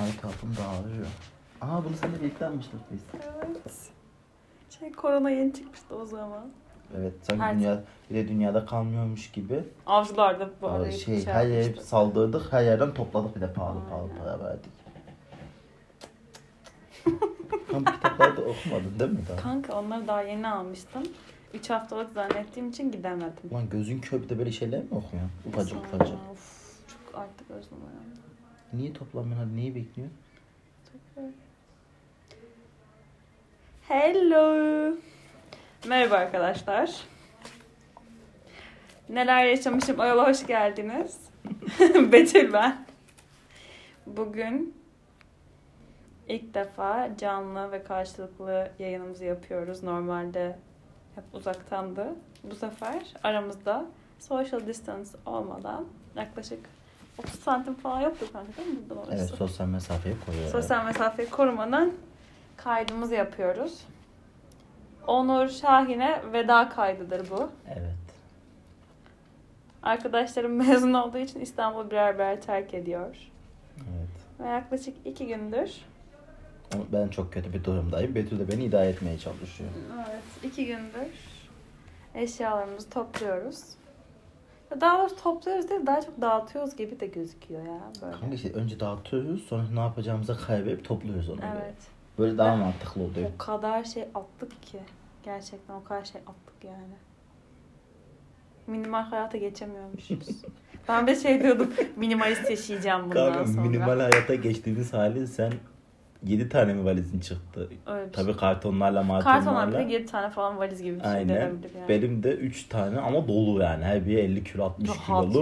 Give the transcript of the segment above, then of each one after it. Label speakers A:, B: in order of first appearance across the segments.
A: Ay tatlım Hani dağılıyor. Aa bunu seninle birlikte almıştık biz.
B: Evet. Şey korona yeni çıkmıştı o zaman.
A: Evet sanki
B: Her-
A: dünya, bir de dünyada kalmıyormuş gibi.
B: Avcılar da bu
A: Aa,
B: arayı
A: şey,
B: şey,
A: her yere
B: yapmıştı.
A: saldırdık, her yerden topladık bir de pahalı pahalı
B: Aynen.
A: para verdik. Tam kitaplarda okumadın değil mi daha?
B: Kanka onları daha yeni almıştım. 3 haftalık zannettiğim için gidemedim.
A: Lan gözün kör bir de böyle şeyler mi okuyorsun? Ufacık
B: Sonra,
A: ufacık.
B: Of, çok artık özlem uyandı.
A: Niye toplamıyorsun hadi neyi bekliyorsun?
B: Hello. Merhaba arkadaşlar. Neler yaşamışım Ayol'a hoş geldiniz. Betül ben. Bugün ilk defa canlı ve karşılıklı yayınımızı yapıyoruz. Normalde hep uzaktandı. Bu sefer aramızda social distance olmadan yaklaşık 30 santim falan yoktu kanka değil mi? Buradan orası?
A: Evet sosyal mesafeyi koyuyor.
B: Sosyal mesafeyi korumanın kaydımızı yapıyoruz. Onur Şahin'e veda kaydıdır bu.
A: Evet.
B: Arkadaşlarım mezun olduğu için İstanbul birer birer terk ediyor.
A: Evet.
B: Ve yaklaşık iki gündür,
A: Ama Ben çok kötü bir durumdayım. Betül de beni idare etmeye çalışıyor.
B: evet iki gündür eşyalarımızı topluyoruz. Daha doğrusu topluyoruz değil, daha çok dağıtıyoruz gibi de gözüküyor ya
A: Kanka
B: böyle.
A: işte önce dağıtıyoruz sonra ne yapacağımıza kaybedip topluyoruz onu. göre.
B: Evet.
A: Böyle daha
B: Ben-
A: mantıklı oluyor.
B: O kadar şey attık ki. Gerçekten o kadar şey attık yani. Minimal hayata geçemiyormuşuz. ben de şey diyordum. Minimalist yaşayacağım bundan
A: Kanka
B: sonra.
A: minimal hayata geçtiğimiz halin sen 7 tane mi valizin çıktı?
B: Öyle bir şey.
A: Tabii kartonlarla martonlarla.
B: Kartonlar bile 7 tane falan valiz gibi bir şey
A: Aynen.
B: denebilir yani.
A: Benim de 3 tane ama dolu yani. Her biri 50 kilo 60
B: Rahat
A: kilolu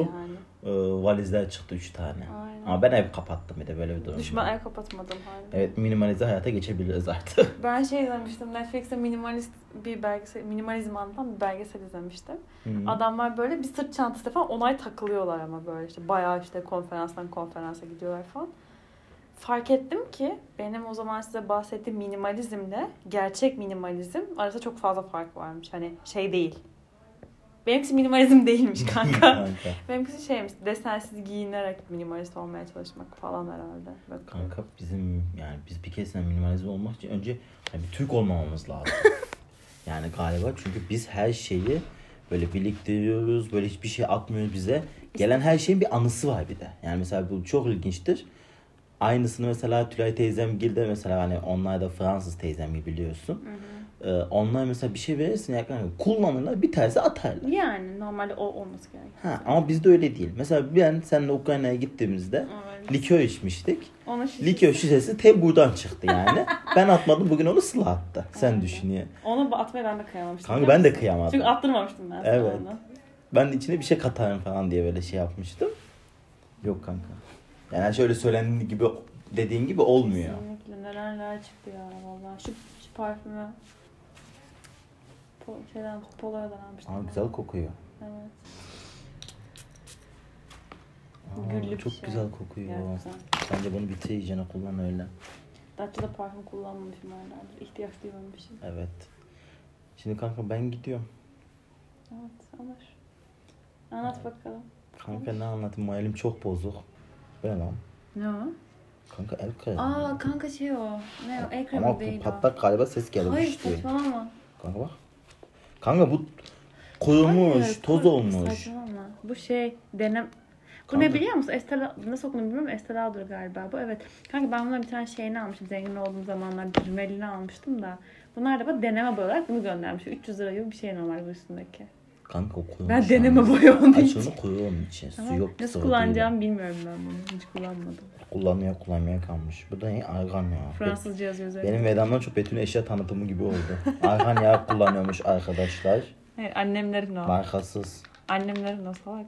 B: yani.
A: e, valizler çıktı 3 tane.
B: Aynen.
A: Ama ben ev kapattım bir de böyle bir durum.
B: Düşman
A: var.
B: el kapatmadım halde.
A: Evet minimalize hayata geçebiliriz artık.
B: Ben şey izlemiştim. Netflix'te minimalist bir belgesel, minimalizm anlatan bir belgesel izlemiştim.
A: Hı.
B: Adamlar böyle bir sırt çantası falan onay takılıyorlar ama böyle işte bayağı işte konferanstan konferansa gidiyorlar falan. Fark ettim ki benim o zaman size bahsettiğim minimalizmle gerçek minimalizm arasında çok fazla fark varmış. Hani şey değil. Benimkisi minimalizm değilmiş kanka.
A: Kanka.
B: Benimkisi şeymiş desensiz giyinerek minimalist olmaya çalışmak falan herhalde. Böyle
A: Kanka bizim yani biz bir keresinde minimalize olmak için önce hani bir Türk olmamamız lazım. yani galiba çünkü biz her şeyi böyle biriktiriyoruz. Böyle hiçbir şey atmıyor bize. Gelen her şeyin bir anısı var bir de. Yani mesela bu çok ilginçtir. Aynısını mesela Tülay teyzem de mesela hani onlar da Fransız teyzem gibi biliyorsun. Ee, onlar mesela bir şey verirsin ya kanka kullanırlar bir tersi atarlar.
B: Yani normalde o olması gerekiyor.
A: Ha, ama bizde öyle değil. Mesela ben seninle Ukrayna'ya gittiğimizde
B: Evet.
A: likör içmiştik.
B: Ona şişe-
A: Likör şişesi Tembu'dan çıktı yani. ben atmadım bugün onu Sıla attı. Sen
B: Aynen.
A: düşün ya.
B: Onu atmaya ben de kıyamamıştım.
A: Kanka
B: biliyor
A: ben de
B: musun?
A: kıyamadım.
B: Çünkü attırmamıştım ben sana
A: Evet.
B: onu.
A: Ben de içine bir şey katarım falan diye böyle şey yapmıştım. Yok kanka. Yani şöyle söylendiğin gibi dediğin gibi olmuyor.
B: Kesinlikle neler neler çıktı ya valla. Şu, şu parfümü po, şeyden, Polaroid'dan almıştım.
A: Ama
B: ben.
A: güzel kokuyor.
B: Evet.
A: Aa,
B: Güllü bir
A: çok
B: şey.
A: güzel kokuyor.
B: Yani güzel.
A: Bence bunu bitir yiyeceğine kullan öyle.
B: Daha da parfüm kullanmamışım herhalde. İhtiyaç duymamışım.
A: Evet. Şimdi kanka ben gidiyorum.
B: Evet olur. Anlat bakalım.
A: Kanka ne anlatayım? Moralim çok bozuk. Bu ne lan?
B: Ne o?
A: Kanka el kırıldı.
B: Aa kanka şey o. Ne o? El
A: Ama
B: kremi
A: bu
B: değil
A: patlak galiba ses
B: o.
A: geldi.
B: Hayır
A: düştü.
B: saçmalama.
A: Kanka bak. Kanka bu kurumuş,
B: Hayır,
A: toz
B: kur-
A: olmuş.
B: Saçmalama. Bu şey denem... Bu
A: Kanka-
B: ne biliyor musun? Estela nasıl okunduğunu bilmiyorum. Esteladır galiba bu. Evet. Kanka ben bunların bir tane şeyini almıştım. Zengin olduğum zamanlar cümelini almıştım da. Bunlar da bana deneme boy olarak bunu göndermiş. 300 lira gibi bir şey normal bu üstündeki.
A: Kanka o kurumuş.
B: Ben deneme boyu olduğu
A: Aç
B: için.
A: onu koy onun için. Su
B: Ama
A: yok.
B: Nasıl
A: sıvı
B: kullanacağım bilmiyorum ben bunu. Hiç kullanmadım.
A: değil. Kullanmaya kullanmaya kalmış. Bu da ne? Argan ya.
B: Fransızca yazıyor üzerinde.
A: Benim vedamdan çok Betül'ün eşya tanıtımı gibi oldu. Argan yağı kullanıyormuş arkadaşlar.
B: Hayır annemlerin o.
A: Markasız.
B: Annemlerin o salak.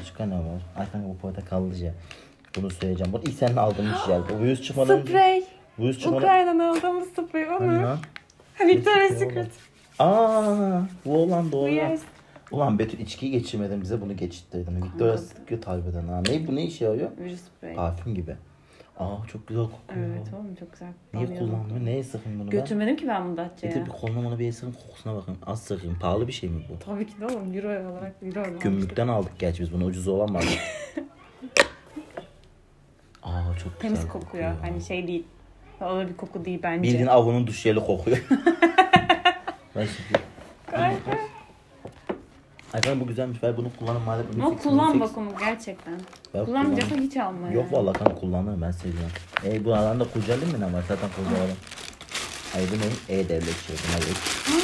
A: Başka ne var? Ay kanka bu portakallıca. Bunu söyleyeceğim. Bunu ilk senin aldığın bir şey. Bu virüs çıkmadan önce.
B: Sprey.
A: Bu virüs çıkmadan
B: Ukrayna'dan aldığımız sprey o
A: Hani
B: mu?
A: lan?
B: Victoria's
A: sprey
B: Secret.
A: Aa, bu olan doğru.
B: Yes.
A: Ulan Betül içkiyi geçirmeden bize bunu geçirttirdin. Victoria's Secret harbiden ha. Ne, bu ne işe yarıyor?
B: Virüs sprey.
A: Parfüm gibi. Aa çok güzel kokuyor.
B: Evet oğlum çok güzel.
A: Niye
B: Vallahi
A: kullandın?
B: unuttum.
A: Neye sıkın bunu ben?
B: Götürmedim ki ben bunu Datça'ya.
A: Getir bir koluna bunu bir sıkın kokusuna bakın. Az sıkın. Pahalı bir şey mi bu?
B: Tabii ki de oğlum euro olarak euro olarak.
A: Gümrükten aldık gerçi biz bunu. Ucuz olan var. Aa Abi çok güzel
B: Temiz kokuyor. Hani şey değil. Ağır bir koku değil bence.
A: Bildiğin avunun duş jeli kokuyor. Ben şimdi-
B: Kanka.
A: Ay efendim bu güzelmiş. Ver bunu kullanın madem.
B: Ama
A: 18,
B: kullan
A: 18.
B: bak onu gerçekten.
A: Ver
B: Kullanmayacaksa
A: kullan.
B: hiç alma
A: Yok
B: yani.
A: valla kan kullanırım ben seviyorum. E bu alan da kurcalayayım mı ama zaten kurcalarım. Ay bu ne? E devlet şey. Buna geç.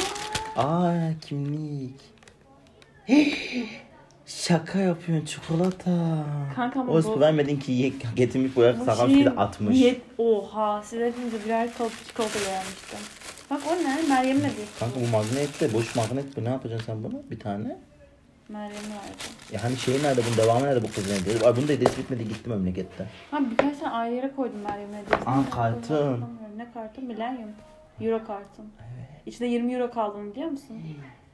A: Aa kimlik. Şaka yapıyorsun çikolata.
B: Kanka ama
A: Oysa
B: bu-
A: vermedin ki ye- getirmiş boya
B: Bu şey
A: sakal
B: şeyin
A: şekilde atmış.
B: Niyet, oha siz hepinize birer kalıp çikolata gelmişti. Bak o ne? Meryem'in de bir.
A: Kanka bu magnet de boş magnet bu ne yapacaksın sen bunu bir tane?
B: Meryem'in vardı.
A: E hani şey nerede bunun devamı nerede bu kız ne dedi? Ay bunu da hedef bitmedi gitti memlekette.
B: Ha birkaç tane ayrı yere koydum Meryem'in hediyesini.
A: Aa,
B: Ben
A: kartın.
B: bunu hatırlamıyorum. Ne kartın? Milenyum. Euro kartın. İçinde 20 euro kaldığını biliyor musun?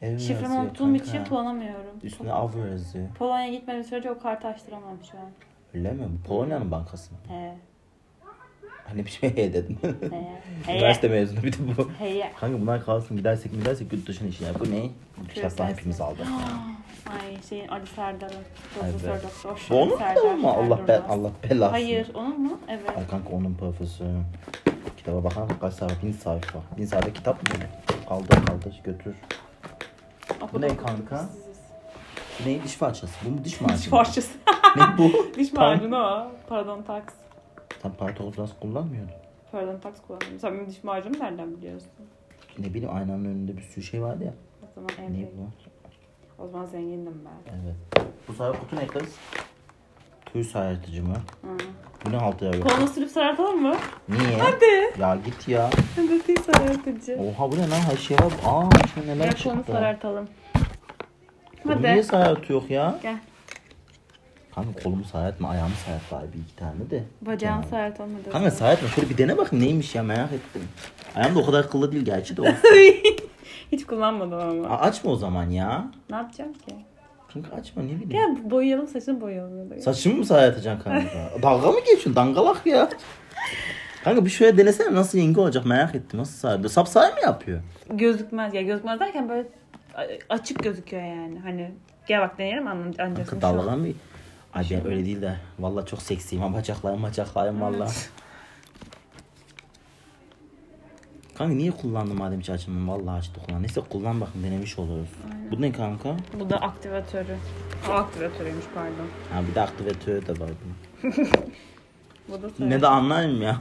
A: Evet,
B: Şifremi
A: yazıyor
B: unuttuğum
A: kanka.
B: için kullanamıyorum.
A: Üstüne avro yazıyor.
B: Polonya'ya gitmediğim sürece o kartı açtıramam şu an.
A: Öyle mi? Bu Polonya'nın bankası mı?
B: He.
A: Hani bir şey dedin.
B: He.
A: Üniversite
B: He.
A: mezunu bir de bu.
B: He.
A: Kanka bunlar kalsın gidersek gidersek yurt dışına işin yap. Bu ne? Bu kitaplar
B: Küresel
A: hepimiz
B: sınır.
A: aldı.
B: Ay şeyin Ali Serdar'ın.
A: Ay
B: Profesör
A: be.
B: doktor.
A: Bu onun
B: Serdar
A: kitabı mı? Allah, be,
B: Durmaz.
A: Allah belasını.
B: Hayır onun mu? Evet.
A: Ay kanka onun profesörü. Kitaba bakar mısın? Kaç sayfa? Bin sayfa. Bin sayfa kitap mı? Kaldır kaldır götür.
B: Okudum,
A: ne
B: okudum,
A: kanka?
B: siziz.
A: Bu ne? Diş parçası. Bu mu diş macunu?
B: Diş parçası.
A: Ne bu?
B: Diş
A: Tam-
B: macunu o. Pardon tax.
A: Sen partoz kullanmıyordun.
B: Pardon tax kullanıyorum. Sen benim diş macunu nereden biliyorsun?
A: Ne bileyim aynanın önünde bir sürü şey vardı ya.
B: O zaman en
A: Ne
B: büyük.
A: bu?
B: O zaman zengindim ben.
A: Evet. Bu sayfa kutu ne kız? Tüy sayartıcı mı?
B: Hı.
A: Bu ne haltı ya?
B: Kolunu sürüp sarartalım mı?
A: Niye?
B: Hadi.
A: Ya git ya.
B: Hadi değil sarartıcı.
A: Oha bu ne lan? Her şey var. Aa şimdi neler
B: Gel kolunu
A: çıktı.
B: sarartalım.
A: Kolumu
B: Hadi.
A: niye sayartıyor ya?
B: Gel.
A: Kanka kolumu sayartma. Ayağımı sayart bari bir iki tane de.
B: Bacağını
A: Yani.
B: sarartalım hadi.
A: Kanka sayartma. Şöyle bir dene bakayım neymiş ya merak ettim. Ayağım da o kadar kıllı değil gerçi de. olsun.
B: Hiç kullanmadım ama.
A: A- açma o zaman ya.
B: Ne yapacağım ki?
A: Kanka açma ne bileyim.
B: Gel boyayalım saçını boyayalım. Hadi.
A: Saçımı mı sarartacaksın kanka? Dalga mı geçiyorsun? Dangalak ya. Kanka bir şöyle denesene nasıl yenge olacak merak ettim. Nasıl sarıyor? Sapsarı mı yapıyor?
B: gözükmez ya gözükmez derken böyle a- açık gözüküyor yani hani gel bak deneyelim anlam- anlayacaksın
A: Kanka
B: şu an.
A: dalga mı? Ay ben öyle değil de. Valla çok seksiyim. ha. Bacaklarım bacaklarım valla. Kanka niye kullandın madem hiç açmadın? Valla açtı kullan. Neyse kullan bakın denemiş oluruz. Bu ne kanka?
B: Bu da aktivatörü. O aktivatörüymüş pardon.
A: Ha bir de aktivatörü de var. bunun.
B: Bu da
A: Ne
B: söyle.
A: de anlayayım ya.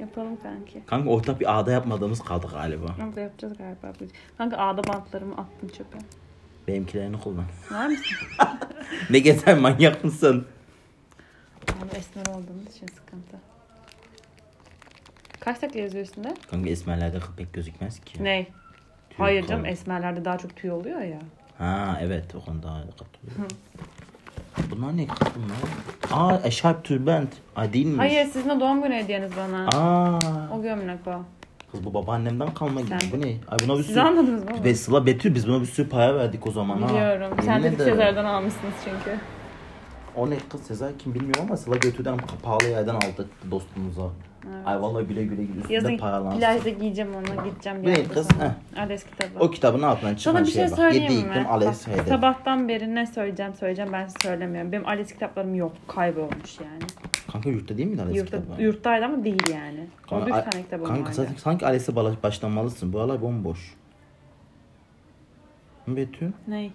B: Yapalım kanki.
A: Kanka ortak bir ağda yapmadığımız kaldı galiba.
B: Ama da yapacağız galiba. bu- Kanka ağda bantlarımı attım çöpe.
A: Benimkilerini kullan.
B: Var mısın?
A: ne gezer manyak mısın?
B: Abi esmer olduğumuz için sıkıntı. Kaç dakika yazıyor üstünde?
A: Kanka esmerlerde pek gözükmez ki.
B: Ney?
A: Tüy
B: Hayır
A: kalın.
B: canım esmerlerde daha çok tüy oluyor ya.
A: Ha evet o konuda katılıyorum. Bunlar ne kız bunlar? Aa eşarp tülbent. Ay değilmiş.
B: Hayır sizin de doğum günü hediyeniz bana.
A: Aa.
B: O gömlek o.
A: Kız bu babaannemden kalma gibi.
B: Sen-
A: Bu ne? Ay buna Şey, bir
B: Siz
A: sürü...
B: anladınız mı?
A: Ve Sıla Betül biz buna bir sürü para verdik o zaman ha.
B: Biliyorum.
A: Yemin
B: Sen de şey
A: ederim.
B: Sezer'den almışsınız çünkü.
A: O ne kız Sezar kim bilmiyorum ama Sıla Betül'den pahalı yerden aldık dostumuza.
B: Evet.
A: Ay vallahi güle güle üstünde
B: Yazın
A: paralansın.
B: plajda giyeceğim onu, gideceğim bir
A: Ne
B: hafta
A: kız?
B: sonra.
A: Heh.
B: Adres kitabı.
A: O kitabın altından çıkan
B: Sana bir şey
A: şeye bak. Yedi
B: söyleyeyim mi?
A: iklim Alex
B: Bak,
A: Fede.
B: sabahtan beri ne söyleyeceğim söyleyeceğim ben size söylemiyorum. Benim Alex kitaplarım yok. Kaybolmuş yani.
A: Kanka yurtta değil miydi Alex
B: Yurtta,
A: kitabı?
B: yurttaydı ama değil yani. Orada
A: Ay-
B: üç tane kitabım
A: Kanka
B: vardı.
A: sanki, sanki ALES'e bala- başlamalısın. Bu alay bomboş. Hı, Betül.
B: Ney?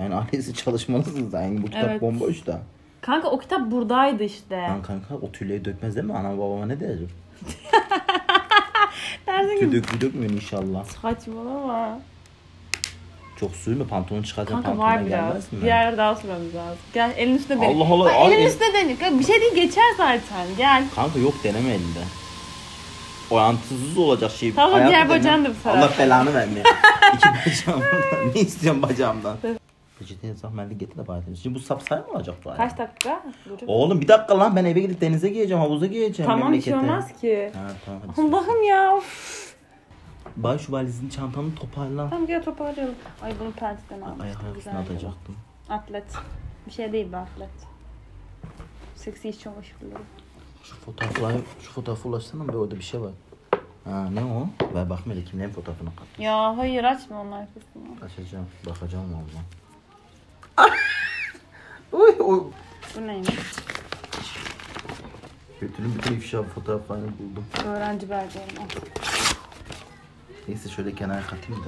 A: Yani ALES'e çalışmalısın sen. Bu kitap
B: Evet.
A: bomboş da.
B: Kanka o kitap buradaydı işte.
A: Lan kanka o tüyleri dökmez değil mi? Anam babama ne derim?
B: Dersin
A: Tüy
B: ki
A: dök, dökmüyor inşallah.
B: saçmalama.
A: Çok sürme pantolonu çıkartacağım
B: Kanka
A: pantolona
B: var biraz.
A: gelmez mi?
B: Bir yer daha sürmemiz lazım. Gel elin üstüne denik.
A: Allah Allah,
B: Ay,
A: al
B: elin
A: el-
B: üstüne denik. Ya Bir şey değil geçer zaten. Gel.
A: Kanka yok deneme elinde. Orantısız olacak şey.
B: Tamam,
A: Hayatta
B: diğer
A: deneme.
B: bacağını da bir taraf.
A: Allah belanı vermeye. İki bacağım. ne istiyorsun bacağımdan? Peçeteye zahmetli getir de bari. Şimdi bu sapsay mı olacak bu ayağı?
B: Kaç dakika? Dur.
A: Oğlum bir dakika lan ben eve gidip denize gireceğim, havuza gireceğim.
B: Tamam bir şey
A: memlekete.
B: olmaz ki.
A: Ha, tamam hadi.
B: Allah'ım ya.
A: Bay şu valizin çantanı toparla.
B: Tamam gel toparlayalım. Ay bunu pentiden
A: Ay
B: almıştım.
A: hayatını
B: Güzel.
A: atacaktım.
B: Atlet. Bir şey değil be atlet. Seksi iç çamaşırları.
A: Şu fotoğrafı, şu fotoğrafı ulaşsana be orada bir şey var. Ha ne o? Ver bakmayla kimlerin fotoğrafını kat.
B: Ya hayır açma onun arkasını.
A: Açacağım, bakacağım valla. Uy, uy.
B: Bu neymiş?
A: Götünün bütün ifşa fotoğraflarını buldum.
B: Öğrenci belgelerim.
A: Neyse şöyle kenara katayım da.